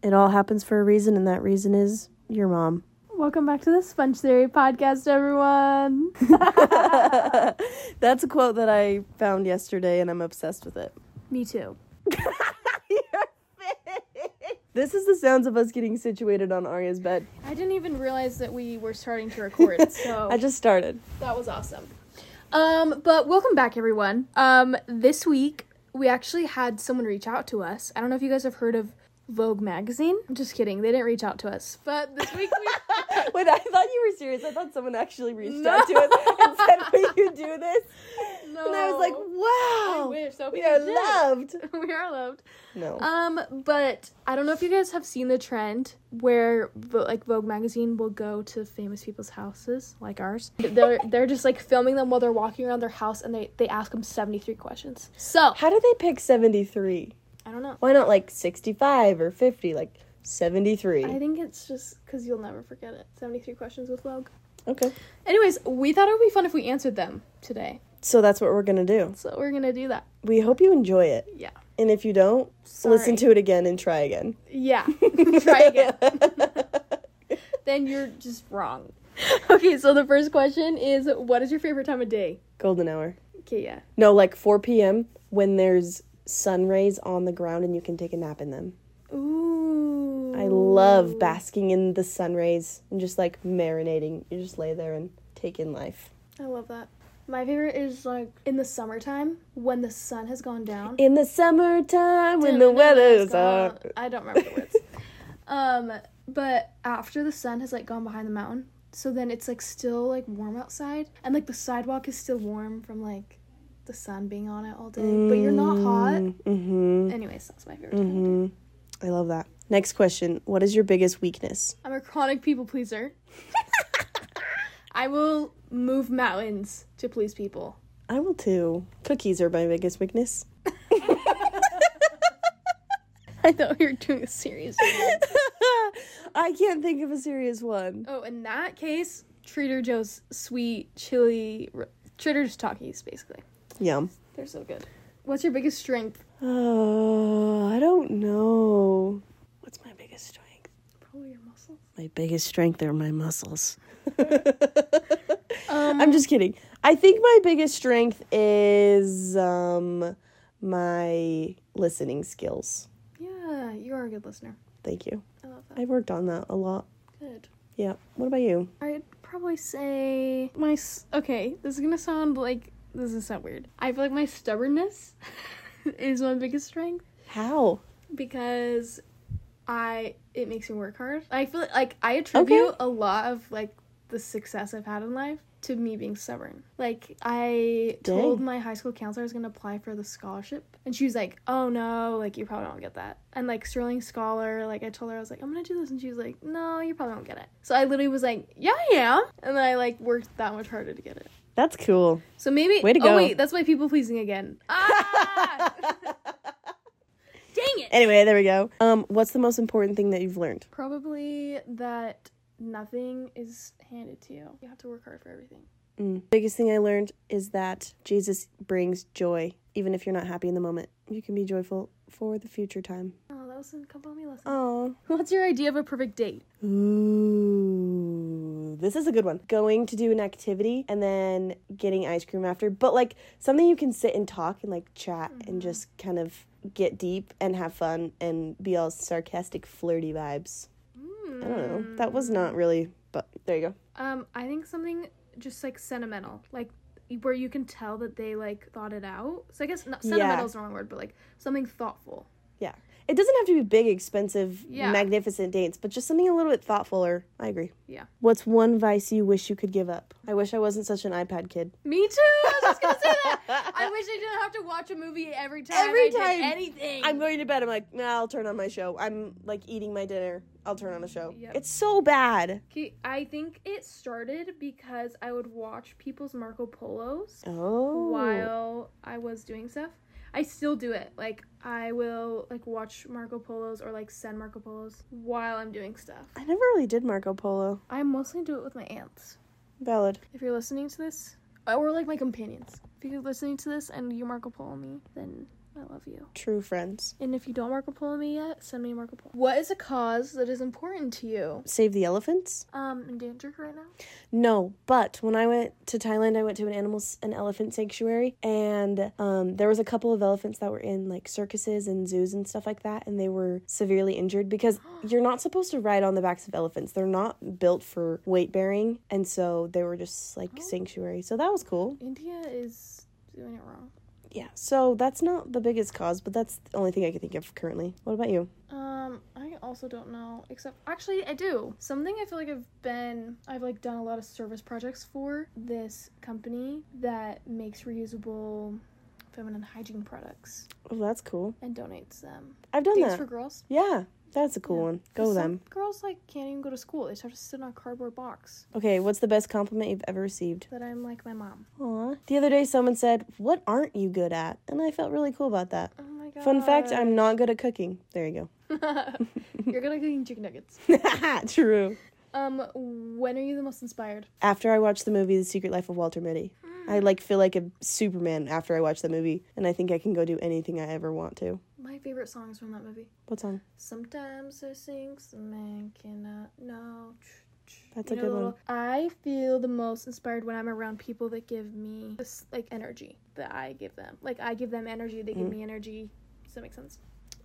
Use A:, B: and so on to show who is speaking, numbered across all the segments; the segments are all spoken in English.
A: It all happens for a reason, and that reason is your mom.
B: Welcome back to the Sponge Theory podcast, everyone.
A: That's a quote that I found yesterday, and I'm obsessed with it.
B: Me too.
A: This is the sounds of us getting situated on Arya's bed.
B: I didn't even realize that we were starting to record, so
A: I just started.
B: that was awesome. Um, but welcome back, everyone. Um, this week we actually had someone reach out to us. I don't know if you guys have heard of Vogue magazine. I'm just kidding. They didn't reach out to us, but this week we.
A: Wait, I thought you were serious. I thought someone actually reached out to us and said, "Will you do this?" And I was like,
B: No.
A: "Wow,
B: I wish, Sophie,
A: we are
B: you did."
A: loved."
B: we are loved.
A: No,
B: Um, but I don't know if you guys have seen the trend where Vo- like Vogue magazine will go to famous people's houses, like ours. They're they're just like filming them while they're walking around their house, and they they ask them seventy three questions. So
A: how did they pick seventy three?
B: I don't know.
A: Why not like sixty five or fifty? Like seventy three.
B: I think it's just because you'll never forget it. Seventy three questions with Vogue.
A: Okay,
B: Anyways, we thought it would be fun if we answered them today,
A: so that's what we're gonna do.
B: so we're gonna do that.
A: We hope you enjoy it,
B: Yeah.
A: and if you don't,
B: Sorry.
A: listen to it again and try again.
B: Yeah. Try again. then you're just wrong. Okay, so the first question is, what is your favorite time of day?
A: Golden hour.
B: Okay, yeah.
A: No, like 4 p.m. when there's sun rays on the ground and you can take a nap in them.
B: Ooh.
A: I love basking in the sun rays and just like marinating. You just lay there and take in life.
B: I love that. My favorite is like in the summertime when the sun has gone down.
A: In the summertime when the weather's
B: gone.
A: up.
B: I don't remember the words. um, but after the sun has like gone behind the mountain, so then it's like still like warm outside, and like the sidewalk is still warm from like the sun being on it all day. But you're not hot.
A: Mm-hmm.
B: Anyways, that's my favorite. time.
A: I love that. Next question. What is your biggest weakness?
B: I'm a chronic people pleaser. I will move mountains to please people.
A: I will too. Cookies are my biggest weakness.
B: I thought we were doing a serious. one.
A: I can't think of a serious one.
B: oh, in that case, Trader Joe's sweet chili, r- Trader Joe's Takis, basically.
A: Yum.
B: They're so good. What's your biggest strength?
A: Oh, I don't know. What's my biggest strength?
B: Probably your muscles.
A: My biggest strength are my muscles.
B: Um,
A: I'm just kidding. I think my biggest strength is um my listening skills.
B: yeah, you are a good listener.
A: Thank you.
B: I love that.
A: I worked on that a lot.
B: Good.
A: Yeah. What about you?
B: I'd probably say my. s- Okay, this is gonna sound like this is gonna sound weird. I feel like my stubbornness is my biggest strength.
A: How?
B: because I it makes me work hard. I feel like I attribute a lot of like the success I've had in life to me being stubborn. Like I
A: Dang.
B: told my high school counselor I was gonna apply for the scholarship, and she was like, "Oh no, like you probably won't get that." And like Sterling Scholar, like I told her I was like, "I'm gonna do this," and she was like, "No, you probably won't get it." So I literally was like, "Yeah, I am," and then I like worked that much harder to get it.
A: That's cool.
B: So maybe
A: Way to
B: Oh
A: go.
B: wait, that's my people pleasing again. Ah! Dang it.
A: Anyway, there we go. Um, what's the most important thing that you've learned?
B: Probably that nothing is handed to you. You have to work hard for everything.
A: Mm. Biggest thing I learned is that Jesus brings joy, even if you're not happy in the moment. You can be joyful for the future time.
B: Oh, that was a come on me lesson.
A: Oh.
B: Um, What's your idea of a perfect date?
A: Ooh, this is a good one. Going to do an activity and then getting ice cream after, but like something you can sit and talk and like chat and just kind of get deep and have fun and be all sarcastic, flirty vibes. I don't know. That was not really, but there you go.
B: Hmm. Um, I think something just like sentimental, like where you can tell that they like thought it out. So I guess not,
A: Yeah.
B: sentimental is the wrong word, but like something thoughtful.
A: Yeah. It doesn't have to be big, expensive,
B: Yeah.
A: magnificent dates, but just something a little bit thoughtfuler. I agree.
B: Yeah.
A: What's one vice you wish you could give up? I wish I wasn't such an iPad kid.
B: Me too. I was just gonna say that. I wish I didn't have to watch a movie every time.
A: Every
B: I did
A: time.
B: anything.
A: I'm going to bed. I'm like, nah, I'll turn on my show. I'm like eating my dinner. I'll turn on a show.
B: Yep.
A: It's so bad.
B: Okay, I think it started because I would watch people's Marco Polos.
A: Oh.
B: while I was doing stuff. I still do it. Like I will like watch Marco Polos or like send Marco Polos while I'm doing stuff.
A: I never really did Marco Polo.
B: I mostly do it with my aunts.
A: Valid.
B: If uh, you're listening to this, or like my companions. If you're listening to this and you Marco Polo me, then I love you.
A: True friends.
B: And if you don't Marco Polo me yet, send me a Marco Polo. What is a cause that is important to you?
A: Save the elephants?
B: Um, endangered right now?
A: No, but when I went to Thailand, I went to an animal s- an elephant sanctuary, and um, there was a couple of elephants that were in like circuses and zoos and stuff like that, and they were severely injured because you're not supposed to ride on the backs of elephants. They're not built for weight bearing, and so they were just like
B: Oh.
A: sanctuary. So that was cool.
B: India is doing it wrong.
A: Yeah. So that's not the biggest cause, but that's the only thing I can think of currently. What about you?
B: Um, I also don't know, except actually I do. Something I feel like I've been I've like done a lot of service projects for this company that makes reusable feminine hygiene products
A: Oh, that's cool.
B: and donates them.
A: I've done
B: Things
A: that.
B: for girls.
A: yeah, that's a cool
B: Yeah.
A: one. Go
B: 'Cause
A: them.
B: Some girls like can't even go to school. They just have to sit on a cardboard box.
A: Okay, what's the best compliment you've ever received?
B: That I'm like my mom.
A: Aw. The other day, someone said, What aren't you good at? And I felt really cool about that.
B: Oh my god.
A: Fun fact I'm not good at cooking. There you
B: You're gonna cooking chicken nuggets.
A: go. True.
B: Um, when are you the most inspired?
A: After I watched the movie The Secret Life of Walter Mitty, I like feel like a Superman after I watch that movie, and I think I can go do anything I ever want to.
B: My favorite songs from that movie.
A: What song?
B: Sometimes I sing, some man cannot know.
A: That's a
B: You know
A: good
B: the
A: one.
B: little- I feel the most inspired when I'm around people that give me this like energy that I give them. Like I give them energy, they give me energy. Does that make sense?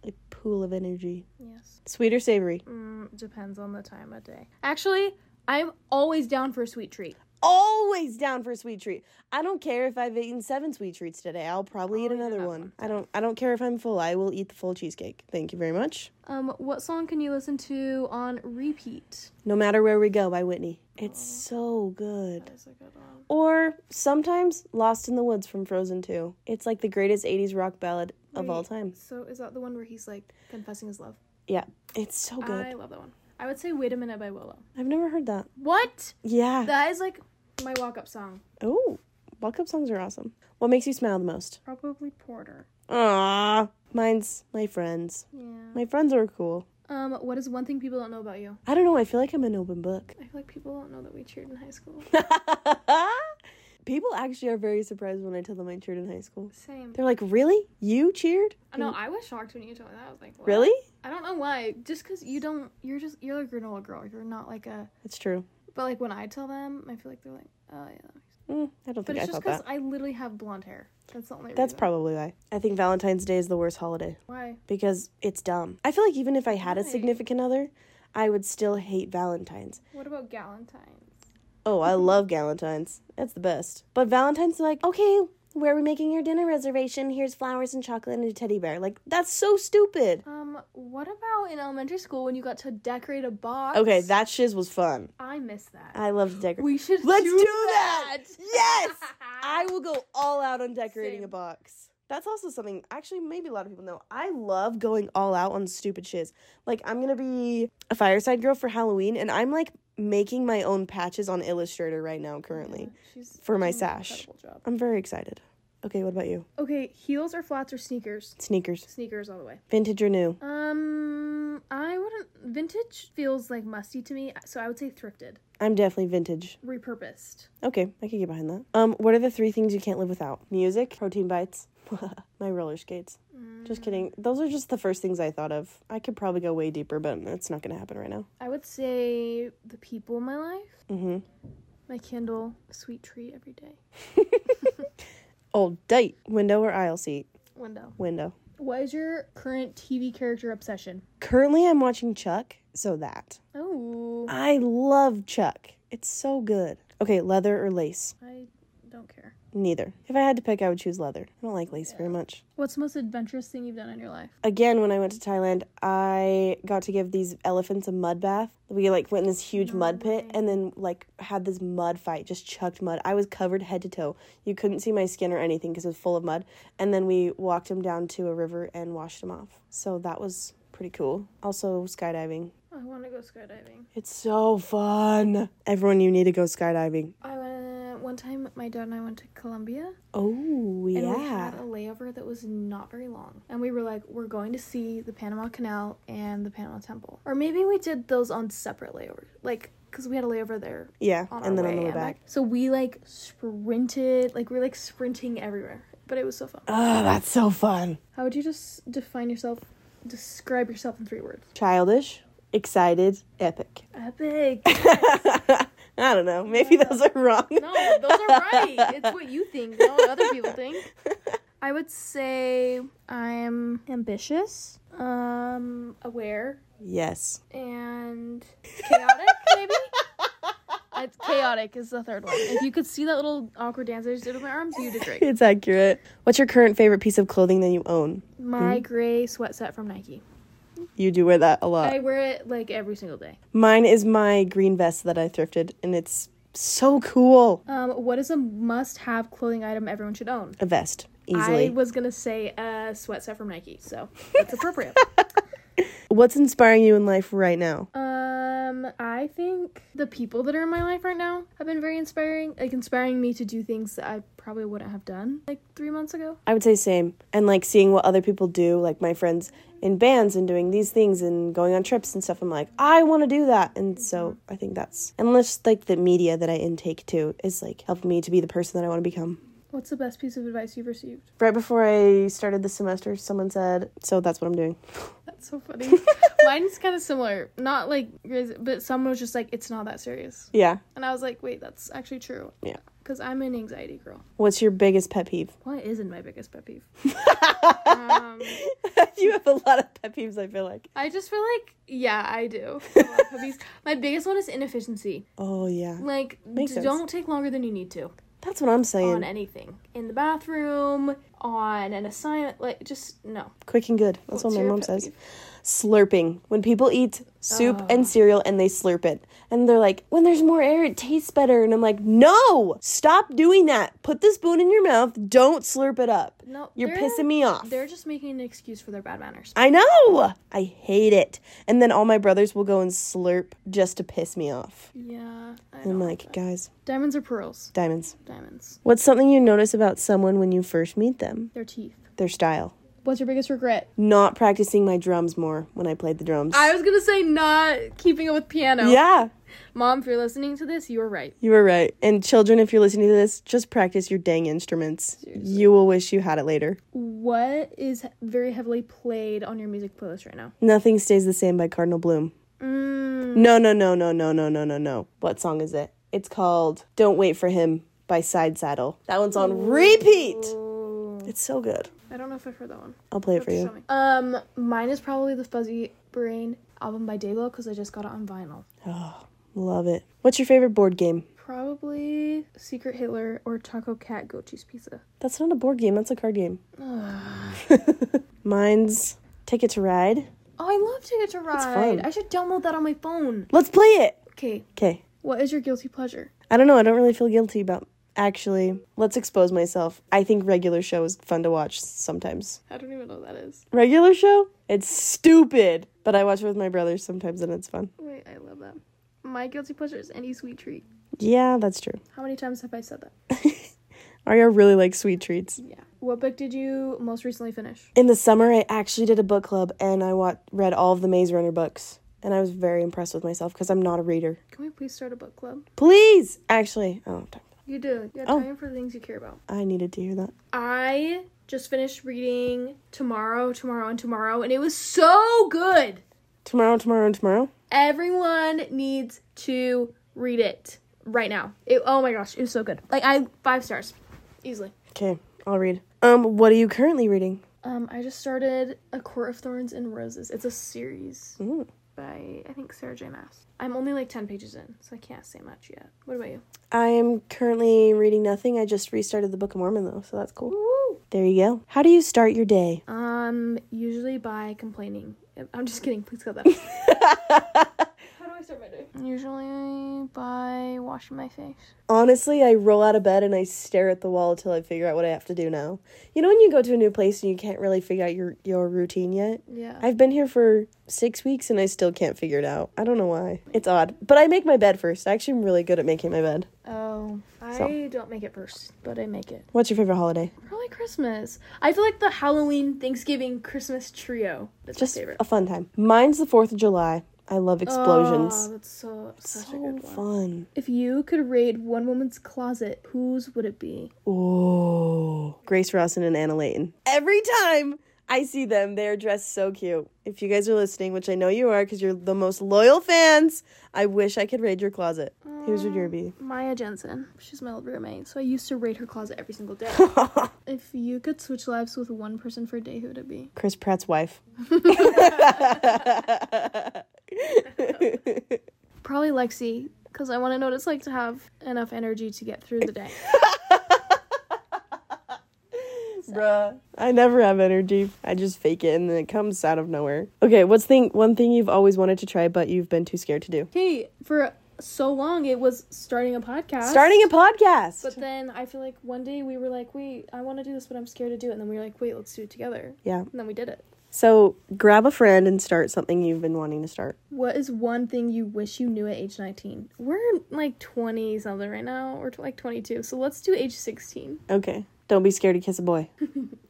A: A pool of energy.
B: Yes.
A: Sweet or savory?
B: Mm, depends on the time of day. Actually, I'm always down for a sweet treat.
A: Always down for a sweet treat. I don't care if I've eaten seven sweet treats today. I'll probably eat
B: I'll eat
A: another
B: another
A: one. I don't. I don't care if I'm full. I will eat the full cheesecake. Thank you very much.
B: Um, what song can you listen to on repeat?
A: No matter where we go by Whitney. It's so good.
B: That is a good one.
A: Or sometimes Lost in the Woods from Frozen 2. It's like the greatest 80s rock ballad of all
B: Wait,
A: time.
B: So is that the one where he's like confessing his love?
A: Yeah, it's so good.
B: I love that one. I would say "Wait a Minute" by Willow.
A: I've never heard that.
B: What?
A: Yeah.
B: That is like my walk up song.
A: oh, walk up songs are awesome. What makes you smile the most?
B: Probably Porter.
A: Ah, mine's my friends.
B: Yeah.
A: My friends are cool.
B: Um, what is one thing people don't know about you?
A: I don't know, I feel like I'm an open book.
B: I feel like people don't know that we cheered in high school.
A: People actually are very surprised when I tell them I cheered in high school.
B: Same.
A: They're like, "Really? You cheered?"
B: I know, I was shocked when you told me that. I was like, what?
A: Really?
B: I don't know why. Just because you don't, you're just, you're a granola girl. You're not like a,
A: That's true. but
B: but like when I tell them, I feel like they're like, oh yeah. that makes sense."
A: Mm, I don't
B: But
A: think I
B: it's just
A: thought
B: because
A: that.
B: I literally have blonde hair. That's the only
A: That's
B: reason.
A: probably why. I think Valentine's Day is the worst holiday.
B: why.
A: because it's dumb. I feel like even if I had a
B: Why?
A: significant other, I would still hate Valentine's.
B: What about Galentine's?
A: Oh, I love Galentine's. It's the best. But Valentine's like, okay, where are we making your dinner reservation? Here's flowers and chocolate and a teddy bear. Like, that's so stupid.
B: Um, what about in elementary school when you got to decorate a box?
A: Okay, that shiz was fun.
B: I miss that.
A: I love to decorate.
B: we should
A: Let's
B: do,
A: do that! Yes! I will go all out on decorating a
B: Same.
A: box. That's also something, actually, maybe a lot of people know. I love going all out on stupid shiz. Like, I'm gonna be a fireside girl for Halloween, and I'm like making my own patches on Illustrator right now, currently.
B: Yeah, she's
A: for my
B: doing an
A: sash.
B: incredible job.
A: I'm very excited. Okay, what about you?
B: Okay, heels or flats or sneakers?
A: Sneakers.
B: Sneakers all the way.
A: Vintage or new?
B: Um, I wouldn't. Vintage feels like musty to me, so I would say thrifted,
A: I'm definitely vintage.
B: repurposed.
A: Okay, I can get behind that. Um, what are the three things you can't live without? Music, protein bites, my roller skates. Just kidding. Those are just the first things I thought of. I could probably go way deeper, but it's not gonna happen right now.
B: I would say the people in my life,
A: Mm-hmm.
B: my Kindle, sweet treat every day,
A: Old date. Window or aisle seat?
B: window.
A: Window.
B: What is your current TV character obsession?
A: Currently, I'm watching Chuck, so that.
B: Oh,
A: I love Chuck. It's so good. Okay, leather or lace?
B: I don't care.
A: Neither. If I had to pick, I would choose leather. I don't like lace very much.
B: What's the most adventurous thing you've done in your life?
A: Again, when I went to Thailand, I got to give these elephants a mud bath. We like went in this huge mud pit and then like had this mud fight, just chucked mud. I was covered head to toe. You couldn't see my skin or anything because it was full of mud. And then we walked them down to a river and washed them off. So that was pretty cool. Also, skydiving.
B: I want to go skydiving.
A: It's so fun. Everyone, you need to go skydiving.
B: I went one time. My dad and I went to Colombia,
A: Oh,
B: and
A: yeah.
B: we had a layover that was not very long. And we were like, we're going to see the Panama Canal and the Panama Temple, or maybe we did those on separate layovers, like because we had a layover there.
A: yeah,
B: On
A: and
B: our
A: then on the way
B: and
A: back.
B: So we like sprinted, like we are like sprinting everywhere. but it was so fun.
A: Oh, that's so fun.
B: How would you just define yourself, describe yourself in three words?
A: Childish, excited, epic.
B: Epic.
A: I don't know. Maybe those are wrong.
B: No, those are right. It's what you think, not what other people think. I would say I'm ambitious, um, aware,
A: Yes.
B: and chaotic. Maybe it's chaotic is the third one. If you could see that little awkward dance I just did with my arms, you'd agree.
A: It's accurate. What's your current favorite piece of clothing that you own?
B: My gray sweat set from Nike.
A: You do wear that a lot.
B: I wear it like every single day.
A: Mine is my green vest that I thrifted, and it's so cool.
B: Um, what is a must-have clothing item everyone should own?
A: A vest,
B: I
A: easily.
B: was gonna say a sweat set from Nike, so it's appropriate.
A: What's inspiring you in life right now?
B: Um, I think the people that are in my life right now have been very inspiring, like inspiring me to do things that I probably wouldn't have done like three months ago.
A: I would say same. And like seeing what other people do, like my friends in bands and doing these things and going on trips and stuff. I'm like, I want to do that. And so I think that's, and just like the media that I intake too is like helping me to be the person that I want to become.
B: What's the best piece of advice you've received?
A: Right before I started the semester, someone said, So that's what I'm doing.
B: That's so funny. Mine's kind of similar, not like, crazy, but someone was just like, "It's not that serious,"
A: Yeah.
B: and I was like, "Wait, that's actually true."
A: Yeah.
B: Because I'm an anxiety girl.
A: What's your biggest pet peeve?
B: What isn't my biggest pet peeve? um,
A: you have a lot of pet peeves, I feel like.
B: I just feel like, yeah, I do. I have a lot of pet peeves. my biggest one is inefficiency.
A: Oh, yeah.
B: Like,
A: Makes
B: d-
A: sense.
B: don't take longer than you need to.
A: That's what I'm saying.
B: on anything in the bathroom on an assignment like just no
A: Quick and good. That's
B: What's
A: what my
B: your
A: mom
B: pet
A: says.
B: peeve? Oh.
A: Slurping. When people eat soup and cereal and they slurp it, and they're like, when there's more air, it tastes better. And I'm like, no, stop doing that. Put the spoon in your mouth. Don't slurp it up.
B: No,
A: You're
B: they're-
A: pissing me off.
B: they're just making an excuse for their bad manners
A: I know. I hate it. And then all my brothers will go and slurp just to piss me off.
B: yeah I
A: And I'm
B: know.
A: like, guys,
B: diamonds are pearls
A: diamonds.
B: diamonds
A: What's something you notice about someone when you first meet them?
B: their teeth
A: Their style.
B: what's your biggest regret
A: Not practicing my drums more when I played the drums.
B: i was gonna say not keeping up with piano
A: yeah.
B: mom if you're listening to this you were right
A: You were right. And children, if you're listening to this, just practice your dang instruments. You will wish you had it later.
B: what is very heavily played on your music playlist right now
A: Nothing Stays the Same by Cardinal Bloom.
B: mm,
A: No, no, no, no, no, no, no, no, no. What song is it? It's called Don't Wait for Him by Side Saddle. That one's on repeat. It's so good.
B: i don't know if i've heard that one
A: I'll play it for
B: Just
A: you.
B: show me. um mine is probably the fuzzy brain album by daylo because i just got it on vinyl
A: Love it. What's your favorite board game?
B: Probably Secret Hitler or Taco Cat Goat Cheese Pizza.
A: That's not a board game, that's a card game. Mine's Ticket to Ride.
B: Oh, I love Ticket to Ride.
A: fun.
B: I should download that on my phone.
A: Let's play it.
B: Okay,
A: Okay.
B: what is your guilty pleasure?
A: I don't know. I don't really feel guilty about. Actually, let's expose myself. I think regular show is fun to watch sometimes.
B: I don't even know what that is.
A: Regular show? It's stupid, but I watch it with my brothers sometimes and it's fun.
B: Wait, I love that. My guilty pleasure is any sweet treat.
A: Yeah, that's true.
B: How many times have I said that?
A: Arya really likes sweet treats.
B: Yeah. What book did you most recently finish?
A: In the summer, I actually did a book club and I wa- read all of the Maze Runner books. And I was very impressed with myself because I'm not a reader.
B: Can we please start a book club?
A: Please! Actually, I don't have time.
B: You do. You have
A: Oh.
B: time for the things you care about.
A: I needed to hear that.
B: I just finished reading Tomorrow, Tomorrow, and Tomorrow, and it was so good.
A: Tomorrow, tomorrow, and tomorrow.
B: Everyone needs to read it right now. It, oh my gosh, it was so good. Like I five stars, easily.
A: Okay, I'll read. Um, what are you currently reading?
B: Um, I just started A Court of Thorns and Roses. It's a series
A: Ooh.
B: by I think Sarah J. Maas. I'm only like ten pages in, so I can't say much yet. What about you?
A: I am currently reading nothing. I just restarted the Book of Mormon though, so that's cool.
B: Woo!
A: There you go. How do you start your day?
B: Um, usually by complaining. I'm just kidding. Please cut that. out. How do I start my day? Usually by washing my face.
A: Honestly, I roll out of bed and I stare at the wall until I figure out what I have to do now. You know when you go to a new place and you can't really figure out your your routine yet?
B: Yeah.
A: I've been here for 6 weeks and I still can't figure it out. I don't know why. It's odd. But I make my bed first. I actually am really good at making my bed.
B: oh, I don't make it first, but I make it.
A: What's your favorite holiday?
B: Probably Christmas. I feel like the Halloween, Thanksgiving, Christmas trio. That's
A: Just
B: my favorite.
A: a fun time. Mine's the 4th of July. I love explosions.
B: Oh, that's so such a
A: so
B: good one.
A: fun.
B: If you could raid one woman's closet, whose would it be?
A: Oh, Grace Rossin and Anna Layton. Every time I see them, they are dressed so cute. If you guys are listening, which I know you are because you're the most loyal fans, I wish I could raid your closet. Here's your derby.
B: Maya Jensen. She's my old roommate, so I used to raid her closet every single day. if you could switch lives with one person for a day, who would it be?
A: Chris Pratt's wife.
B: Probably Lexi, because I want to know what it's like to have enough energy to get through the day.
A: Bruh. I never have energy. I just fake it and then it comes out of nowhere. Okay, what's thing one thing you've always wanted to try but you've been too scared to do?
B: Okay, for so long it was starting a podcast.
A: Starting a podcast.
B: But then I feel like one day we were like, wait, I want to do this, but I'm scared to do it. And then we were like, wait, let's do it together.
A: yeah.
B: And then we did it.
A: So grab a friend and start something you've been wanting to start.
B: What is one thing you wish you knew at age 19? We're like 20 something right now, or t- like 22. So let's do age 16.
A: Okay. Don't be scared to kiss a boy.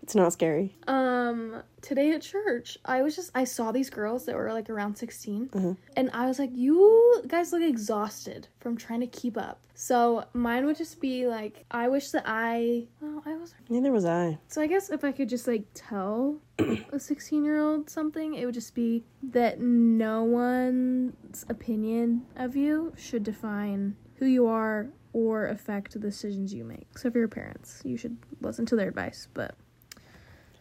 A: it's not scary.
B: Um, today at church, I was just, I saw these girls that were like around 16. And I was like, you guys look exhausted from trying to keep up. So mine would just be like, I wish that I, well, I was
A: Neither was I.
B: So I guess if I could just like tell a 16 year old something, it would just be that no one's opinion of you should define who you are or affect the decisions you make. Except for your parents. You should listen to their advice, but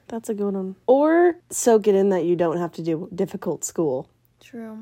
A: That's a good one. Or soak it in that you don't have to do difficult school.
B: true.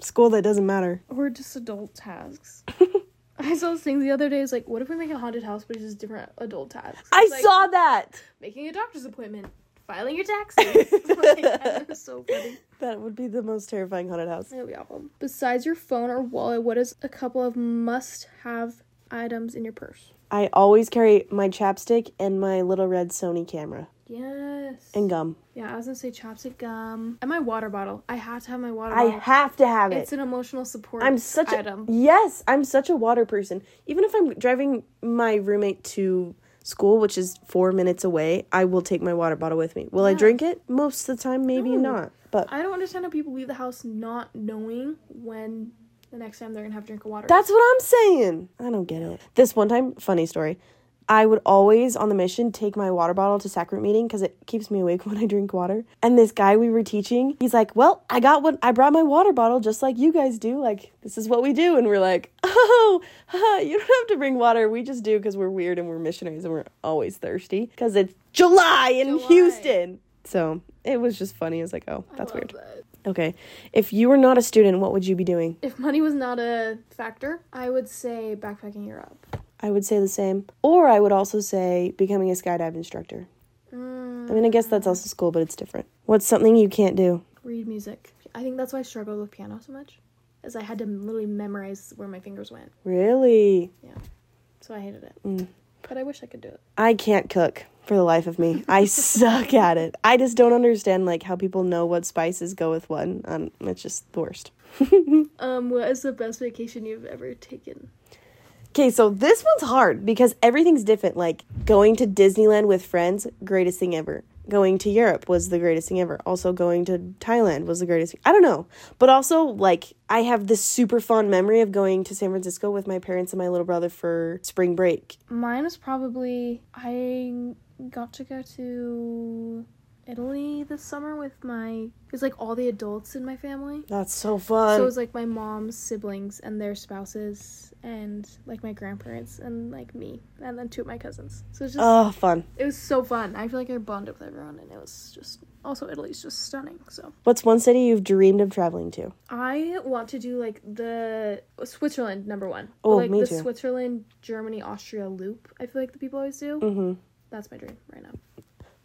A: School that doesn't matter.
B: or just adult tasks. I saw this thing the other day. It's like, what if we make a haunted house, but it's just different adult tasks?
A: I
B: It's like
A: saw that.
B: making a doctor's appointment, filing your taxes. like, that is so funny.
A: That would be the most terrifying haunted house.
B: It'll be awful. Besides your phone or wallet, what is a couple of must have items in your purse?
A: I always carry my chapstick and my little red Sony camera
B: Yes.
A: and gum.
B: yeah, I was gonna say chapstick gum. And my water bottle. I have to have my water
A: I
B: bottle.
A: have to have it.
B: it's an emotional support
A: I'm such
B: item.
A: a yes. I'm such a water person. Even if I'm driving my roommate to school, which is four minutes away, I will take my water bottle with me. Will I
B: Yeah.
A: drink it? Most of the time, maybe
B: No.
A: not. But
B: I don't understand how people leave the house not knowing when the next time they're gonna have a drink of water.
A: That's what I'm saying. I don't get it. This one time, funny story. I would always on the mission take my water bottle to sacrament meeting because it keeps me awake when I drink water. And this guy we were teaching, he's like, "Well, I got one. I brought my water bottle just like you guys do. Like this is what we do." And we're like, "Oh, haha, you don't have to bring water. We just do because we're weird and we're missionaries and we're always thirsty because it's July in
B: July.
A: Houston." So it was just funny. I was like, "Oh,
B: I
A: that's
B: love
A: weird."
B: that.
A: Okay, if you were not a student, what would you be doing?
B: If money was not a factor, I would say backpacking Europe.
A: I would say the same. Or I would also say becoming a skydive instructor.
B: Mm,
A: I mean, I guess that's also school, but it's different. What's something you can't do?
B: read music. I think that's why I struggled with piano so much, is I had to literally memorize where my fingers went.
A: Really?
B: So I hated it.
A: Mm.
B: But I wish I could do it.
A: I can't cook for the life of me. I suck at it. I just don't understand like how people know what spices go with what. and, Um, it's just the worst.
B: Um, what is the best vacation you've ever taken?
A: Okay, so this one's hard because everything's different. Like going to Disneyland with friends, greatest thing ever. Going to Europe was the greatest thing ever. Also going to Thailand was the greatest thing. I don't know. But also like I have this super fond memory of going to San Francisco with my parents and my little brother for spring break.
B: Mine is probably I got to go to Italy this summer with my it's like all the adults in my family.
A: That's so
B: So it
A: fun.
B: was like my mom's siblings and their spouses and like my grandparents and like me and then two of my cousins. So it's just
A: oh, fun.
B: it was so fun. I feel like I bonded with everyone and it was just also Italy's just stunning. So
A: What's one city you've dreamed of traveling to?
B: I want to do like the Switzerland number one.
A: Oh,
B: like
A: me
B: the
A: too.
B: Switzerland, Germany, Austria loop. I feel like the people always do.
A: Mm-hmm.
B: That's my dream right now.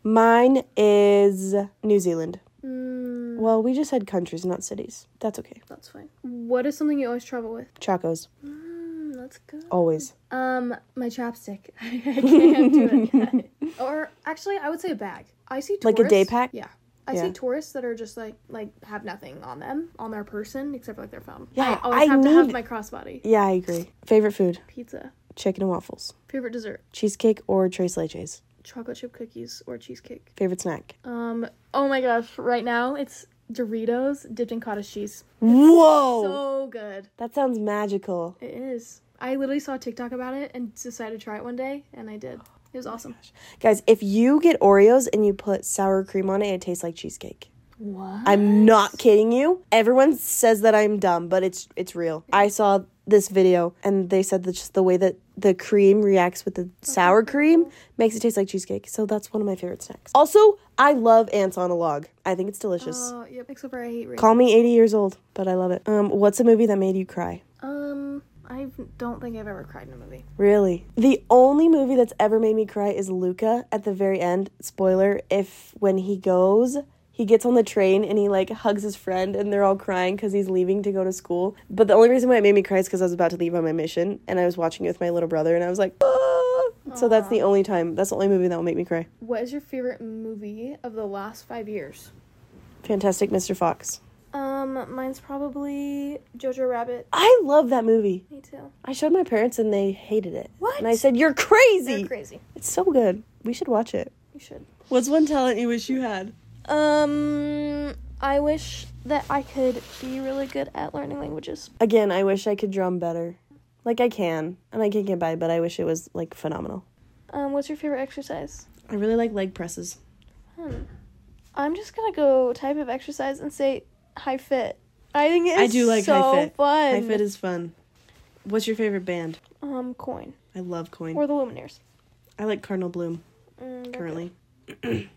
A: Mine is New Zealand.
B: Mm,
A: Well, we just had countries, not cities. That's okay.
B: that's fine. What is something you always travel with?
A: Chacos,
B: Mm, that's good.
A: always.
B: Um, my chapstick. I can't do it. yet. or actually, I would say a bag. I see
A: Like
B: tourists,
A: a day pack?
B: Yeah. I
A: Yeah.
B: see tourists that are just like like have nothing on them on their person except for like their phone.
A: Yeah,
B: I always
A: I
B: have to have
A: need-
B: my crossbody.
A: Yeah, I agree. Favorite food?
B: Pizza.
A: Chicken and waffles.
B: Favorite dessert:
A: cheesecake or tres leches.
B: chocolate chip cookies or cheesecake.
A: Favorite snack.
B: Um. Oh my gosh! Right now, it's Doritos dipped in cottage cheese.
A: Whoa!
B: So good.
A: that sounds magical.
B: It is. I literally saw a TikTok about it and decided to try it one day, and I did. It
A: Oh
B: was awesome.
A: Guys, if you get Oreos and you put sour cream on it, it tastes like cheesecake.
B: What?
A: I'm not kidding you. Everyone says that I'm dumb, but it's it's real. I saw this video and they said that just the way that the cream reacts with the sour cream makes it taste like cheesecake. So that's one of my favorite snacks. Also, I love ants on a log. I think it's delicious.
B: Oh, yep. Except for I hate raisins.
A: Call me 80 years old, but I love it. Um, what's a movie that made you cry?
B: Um, I don't think I've ever cried in a movie.
A: Really? The only movie that's ever made me cry is Luca at the very end. Spoiler, if when he goes, he gets on the train and he like hugs his friend and they're all crying because he's leaving to go to school. But the only reason why it made me cry is because I was about to leave on my mission and I was watching it with my little brother and I was like, "Ah." so that's the only time, that's the only movie that will make me cry.
B: What is your favorite movie of the last five years?
A: Fantastic Mr. Fox.
B: Um, mine's probably Jojo Rabbit.
A: I love that movie.
B: Me too.
A: I showed my parents and they hated it.
B: What?
A: And I said, You're crazy.
B: They're crazy.
A: It's so good. We should watch it.
B: You should.
A: What's one talent you wish you had?
B: Um, I wish that I could be really good at learning languages.
A: Again, I wish I could drum better. Like I can, and I can get by, but I wish it was like phenomenal.
B: Um, what's your favorite exercise?
A: I really like leg presses.
B: Hmm. I'm just gonna go type of exercise and say high fit. I think it's
A: I do like
B: so
A: high fit.
B: fun.
A: High fit is fun. What's your favorite band?
B: um coin
A: I love Coin.
B: or the Lumineers.
A: I like Cardinal Bloom
B: Mm, they're
A: currently.
B: good.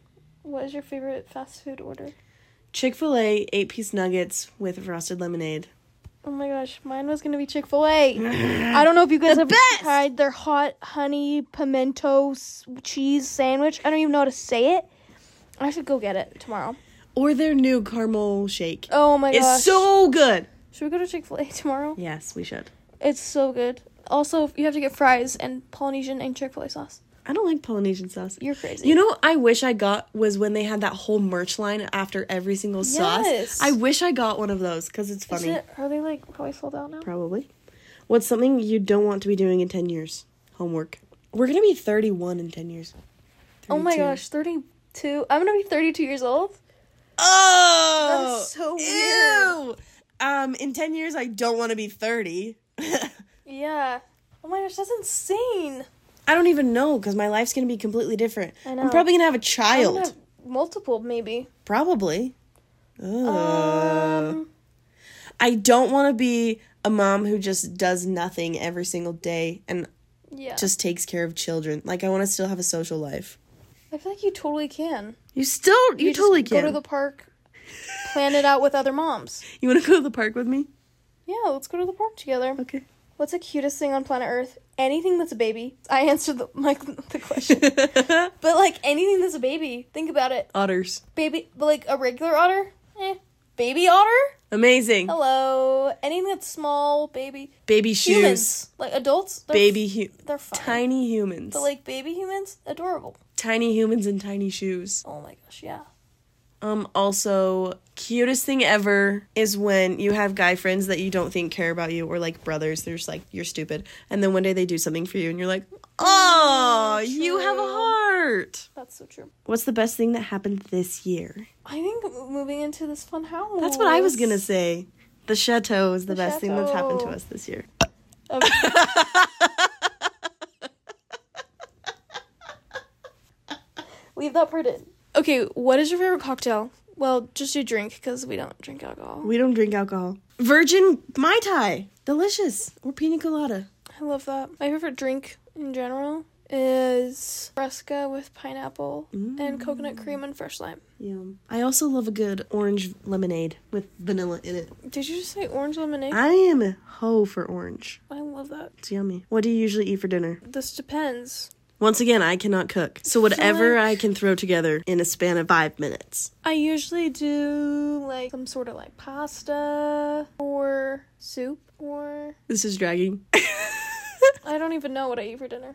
B: What is your favorite fast food order?
A: Chick Fil A eight piece nuggets with frosted lemonade.
B: Oh my gosh, mine was gonna be Chick Fil A. I don't know if you guys have
A: best!
B: tried their hot honey pimento s- cheese sandwich. I don't even know how to say it. I should go get it tomorrow.
A: Or their new caramel shake.
B: Oh my gosh,
A: it's so good.
B: should we go to Chick Fil A tomorrow?
A: Yes, we should.
B: It's so good. Also, you have to get fries and Polynesian and Chick Fil A sauce.
A: I don't like Polynesian sauce.
B: You're crazy.
A: You know, what I wish I got was when they had that whole merch line after every single
B: Yes.
A: sauce. I wish I got one of those because it's funny.
B: Is it, are they like probably sold out now?
A: Probably. What's something you don't want to be doing in 10 years? Homework. We're going to be 31 in 10 years.
B: Oh my
A: 32.
B: gosh, 32. I'm gonna be 32 years old.
A: Oh!
B: That is so
A: Ew! Um, in 10 years, I don't want to be 30.
B: Yeah. Oh my gosh, that's insane.
A: I don't even know because my life's going to be completely different.
B: I know.
A: I'm probably going to have a
B: I'm
A: child.
B: gonna have multiple, maybe.
A: Probably. Ugh.
B: Um,
A: I don't want to be a mom who just does nothing every single day and
B: yeah.
A: just takes care of children. Like, I want to still have a social life.
B: I feel like you totally can.
A: You still, you,
B: just
A: totally can.
B: Go to the park, plan it out with other moms.
A: You want to go to the park with me?
B: Yeah, let's go to the park together.
A: Okay.
B: What's the cutest thing on planet Earth? Anything that's a baby. I answered the, my, the question. but like anything that's a baby. Think about it.
A: Otters.
B: Baby, but like a regular otter? Eh. Baby otter?
A: Amazing.
B: Oh, Hello. Anything that's small, baby.
A: Baby shoes.
B: Humans. Like adults. They're
A: Baby hu-
B: They're fine.
A: tiny humans.
B: But like baby humans, adorable.
A: tiny humans in tiny shoes.
B: Oh my gosh, yeah.
A: Um also cutest thing ever is when you have guy friends that you don't think care about you or like brothers. They're just like you're stupid. And then one day they do something for you and you're like, "Oh, you have a
B: true.
A: heart."
B: That's so true.
A: What's the best thing that happened this year?
B: I think moving into this fun house.
A: That's what I was going to say. The chateau is the,
B: The
A: best thing that's happened to
B: chateau.
A: us this year.
B: Um, Leave that part in. Okay, what is your favorite cocktail? Well, just do drink because we don't drink alcohol.
A: We don't drink alcohol. Virgin Mai Tai. Delicious. Or pina colada.
B: I love that. My favorite drink in general is fresca with pineapple and coconut cream and fresh lime.
A: Yum. I also love a good orange lemonade with vanilla in it.
B: Did you just say orange lemonade?
A: I am a hoe for orange.
B: I love that.
A: It's yummy. What do you usually eat for dinner?
B: This depends.
A: Once again, I cannot cook. So whatever I can throw together in a span of five minutes.
B: I usually do like some sort of like pasta or soup or
A: This is dragging.
B: I don't even know what I eat for dinner.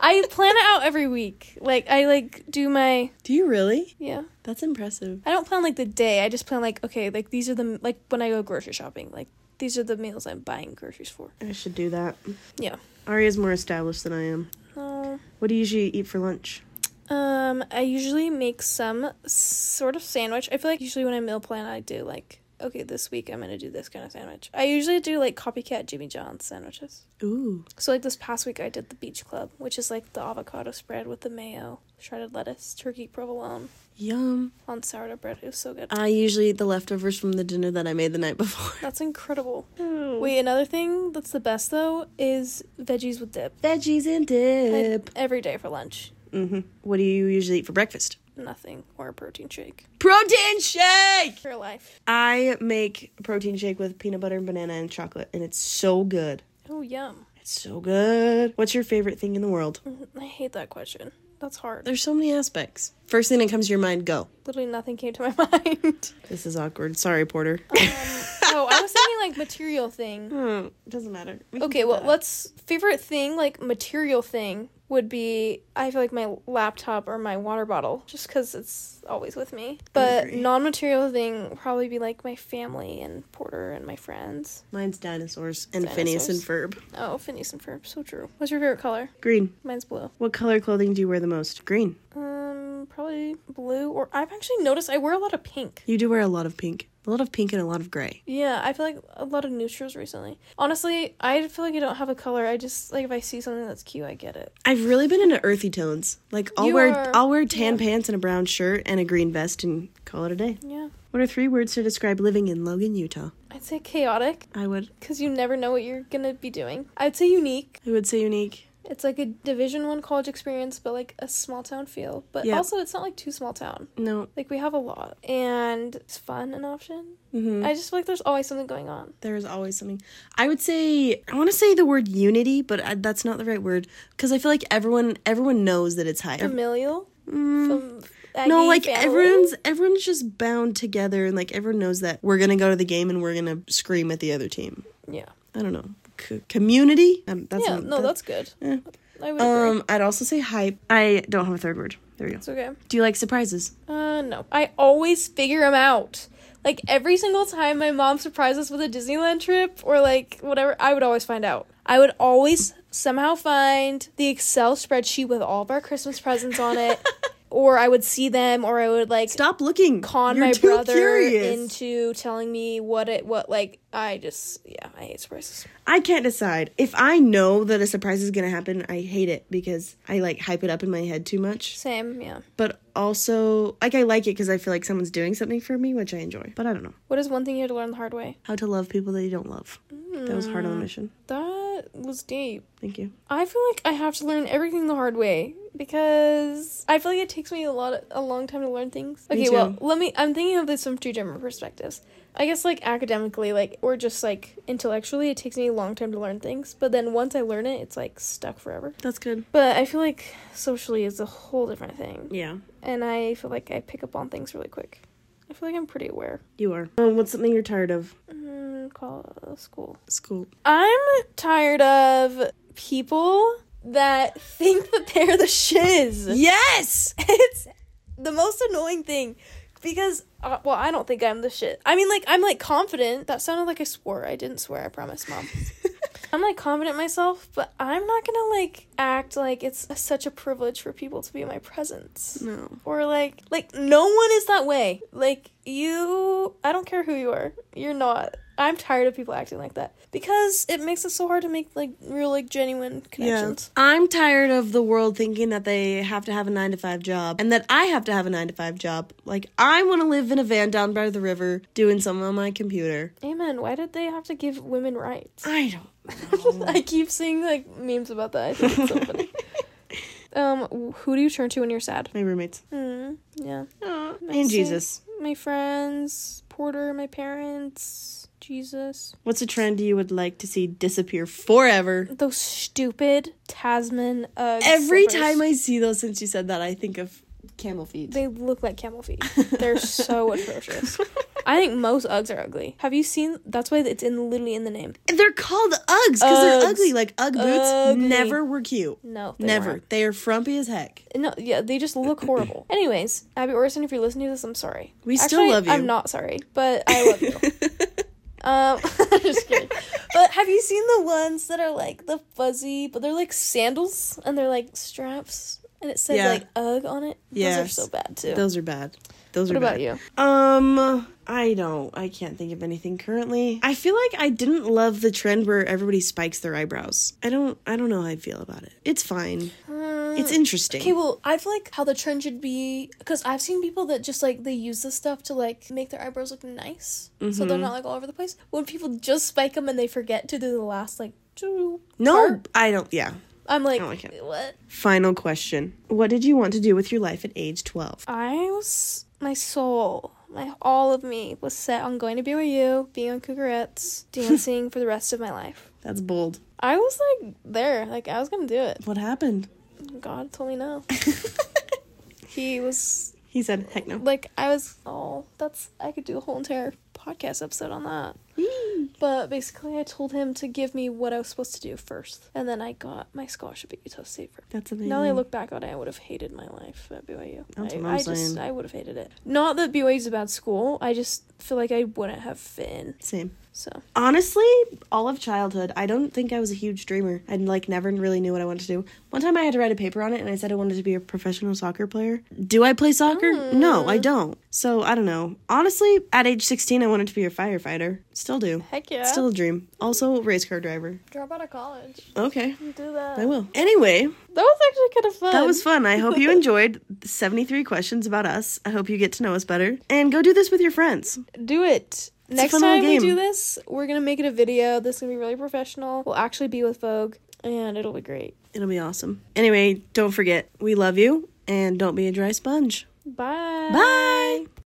B: I plan it out every week. Like I like do my
A: do you really?
B: yeah.
A: That's impressive.
B: I don't plan like the day. I just plan like okay, like these are the like when I go grocery shopping, like these are the meals I'm buying groceries for.
A: I should do that.
B: Yeah.
A: Aria's more established than I am.
B: No.
A: What do you usually eat for lunch?
B: Um, I usually make some sort of sandwich. I feel like usually when I meal plan, I do like, okay, this week I'm gonna do this kind of sandwich. I usually do like copycat Jimmy John's sandwiches.
A: Ooh.
B: So like this past week, I did the Beach Club, which is like the avocado spread with the mayo, shredded lettuce, turkey provolone
A: Yum.
B: on sourdough bread. It was so good.
A: I usually eat the leftovers from the dinner that I made the night before.
B: That's incredible. Wait, another thing that's the best though is veggies with dip.
A: Veggies and
B: I-
A: dip.
B: every day for lunch.
A: hmm What do you usually eat for breakfast?
B: Nothing or a protein shake.
A: Protein shake!
B: Your life.
A: I make a protein shake with peanut butter and banana and chocolate, and it's so good.
B: Oh yum.
A: It's so good. What's your favorite thing in the world?
B: I hate that question. That's hard.
A: Oh, There's so many aspects. First thing that comes to your mind, go.
B: Literally nothing came to my mind.
A: This is awkward. Sorry, Porter.
B: oh, I was thinking like material thing.
A: Hmm, doesn't matter. We can
B: Okay,
A: keep
B: well,
A: that up.
B: let's favorite thing like material thing would be I feel like my laptop or my water bottle just cuz it's always with me. But
A: agree.
B: non-material thing would probably be like my family and Porter and my friends.
A: Mine's dinosaurs and Phineas and Ferb.
B: Oh, Phineas and Ferb, so true. What's your favorite color?
A: Green.
B: Mine's blue.
A: What color clothing do you wear the most? Green.
B: Um, probably blue or I've actually noticed I wear a lot of pink.
A: You do wear a lot of pink. A lot of pink and a lot of gray.
B: Yeah, I feel like a lot of neutrals recently. Honestly, I feel like I don't have a color. I just like if I see something that's cute, I get it.
A: I've really been into earthy tones. Like I'll
B: You
A: wear
B: are-
A: I'll wear tan pants and a brown shirt and a green vest and call it a day.
B: Yeah.
A: What are three words to describe living in Logan, Utah?
B: I'd say chaotic
A: I would
B: cuz you never know what you're going to be doing. I'd say unique.
A: I would say unique.
B: It's like a division 1 college experience but like a small town feel, but
A: Yeah.
B: also it's not like too small town.
A: No.
B: Like we have a lot and it's fun an option.
A: Mhm.
B: I just feel like there's always something going on.
A: There is always something. I would say I want to say the word unity, but I, that's not the right word because I feel like everyone everyone knows that it's high.
B: Familial? Fam-
A: Mm. no,
B: Aggie
A: like
B: family?
A: everyone's everyone's just bound together, and like everyone knows that we're gonna go to the game and we're gonna scream at the other team.
B: Yeah.
A: I don't know C- community. Um, that's
B: Yeah,
A: not-
B: no, that's good.
A: eh.
B: I would agree.
A: Um, I'd also say hype. I don't have a third word. There we go.
B: it's okay.
A: Do you like surprises?
B: Uh, no. I always figure them out. Like every single time my mom surprised us with a Disneyland trip or like whatever, I would always find out. I would always somehow find the Excel spreadsheet with all of our Christmas presents on it, or I would see them, or I would like
A: Stop looking.
B: con
A: You're
B: my
A: too
B: brother
A: curious.
B: into telling me what it what like. I just yeah, I hate surprises.
A: I can't decide. If I know that a surprise is gonna happen, I hate it because I like hype it up in my head too much.
B: Same, yeah.
A: But also, like, I like it because I feel like someone's doing something for me, which I enjoy. But I don't know
B: What is one thing you had to learn the hard way?
A: how to love people that you don't love. That was hard on the mission.
B: That was deep.
A: Thank you.
B: I feel like I have to learn everything the hard way because I feel like it takes me a lot a long time to learn things.
A: Me
B: Okay, well,
A: too.
B: let me I'm thinking of this from two different perspectives. I guess like academically, like or just like intellectually, it takes me a long time to learn things, but then once I learn it, it's like stuck forever.
A: That's good.
B: But I feel like socially is a whole different thing,
A: Yeah,
B: and I feel like I pick up on things really quick. I feel like I'm pretty aware.
A: you are. Um, what's something you're tired of?
B: Mm, call uh, school.
A: School.
B: I'm tired of people that think that they're the shiz.
A: Yes.
B: It's the most annoying thing because, uh, well, I don't think I'm the shit. I mean, like, I'm like confident. That sounded like I swore. I didn't swear, I promise, mom. I'm like confident in myself, but I'm not gonna like act like it's such a privilege for people to be in my presence.
A: No.
B: Or like like no one is that way. Like you I don't care who you are. You're not. I'm tired of people acting like that because it makes it so hard to make like real like genuine
A: Yeah.
B: connections.
A: I'm tired of the world thinking that they have to have a nine to five job and that I have to have a nine to five job. Like, I want to live in a van down by the river doing something on my computer.
B: Amen. Why did they have to give women rights?
A: I don't. Oh.
B: I keep seeing like memes about that. I think it's so funny. Um, who do you turn to when you're sad?
A: My roommates.
B: Mm, yeah,
A: and Jesus.
B: my friends, Porter, my parents, Jesus.
A: What's a trend you would like to see disappear forever?
B: Those stupid Tasman. Ugg
A: Every
B: slippers.
A: time I see those since you said that, I think of camel feet.
B: They look like camel feet. They're so atrocious. I think most Uggs are ugly. Have you seen? That's why it's in literally in the name.
A: They're called Uggs because they're
B: Uggs.
A: ugly. Like, Ugg boots
B: Ugly.
A: never were cute.
B: No, they
A: Never.
B: weren't.
A: They are frumpy as heck.
B: No, yeah, they just look horrible. Anyways, Abby Orson, if you're listening to this, I'm sorry.
A: We still love you.
B: I'm not sorry, but I love you. um, just kidding. But have you seen the ones that are like the fuzzy, but they're like sandals and they're like straps and it says
A: Yeah.
B: like "ugh" on it. Those are
A: Yes.
B: so bad too.
A: Those are bad. Those
B: what
A: are
B: about
A: bad.
B: you?
A: Um, I don't. I can't think of anything currently. I feel like I didn't love the trend where everybody spikes their eyebrows. I don't. I don't know how I feel about it. It's fine.
B: Mm.
A: It's interesting.
B: Okay, well, I feel like how the trend should be because I've seen people that just like they use this stuff to like make their eyebrows look nice, so
A: Mm-hmm.
B: they're not like all over the place. When people just spike them and they forget to do the last like, two
A: no,
B: part,
A: I don't. Yeah.
B: I'm like,
A: like it.
B: what?
A: Final question. What did you want to do with your life at age 12?
B: I was my soul, my all of me was set on going to be with you, being on Cougarettes, dancing for the rest of my life.
A: That's bold.
B: I was like there, like I was gonna do it.
A: What happened?
B: God told me no. he was
A: He said, heck no.
B: like I was oh that's I could do a whole entire podcast episode on that. But basically, I told him to give me what I was supposed to do first, and then I got my scholarship at Utah State for
A: That's amazing.
B: Now that I look back on it, I would have hated my life at BYU.
A: Mm-hmm. That's
B: I,
A: what I'm
B: I
A: saying.
B: just I would have hated it. Not that BYU is a bad school. I just feel like I wouldn't have fit in.
A: Same.
B: So
A: Honestly, all of childhood, I don't think I was a huge dreamer. I like never really knew what I wanted to do. One time I had to write a paper on it and I said I wanted to be a professional soccer player. Do I play soccer? No, I don't. So I don't know. Honestly, at age 16, I wanted to be a firefighter. Still do.
B: heck yeah,
A: Still a dream. Also, race car driver.
B: drop out of college,
A: Okay.
B: do that.
A: I will. Anyway,
B: That was actually kind of fun.
A: That was fun. I hope you enjoyed the 73 questions about us. I hope you get to know us better. And go do this with your friends.
B: Do it.
A: a
B: Next
A: fun little
B: time we
A: game.
B: do this, we're gonna make it a video. This is gonna be really professional. We'll actually be with Vogue, and it'll be great.
A: It'll be awesome. Anyway, don't forget, we love you and don't be a dry sponge.
B: Bye.
A: Bye.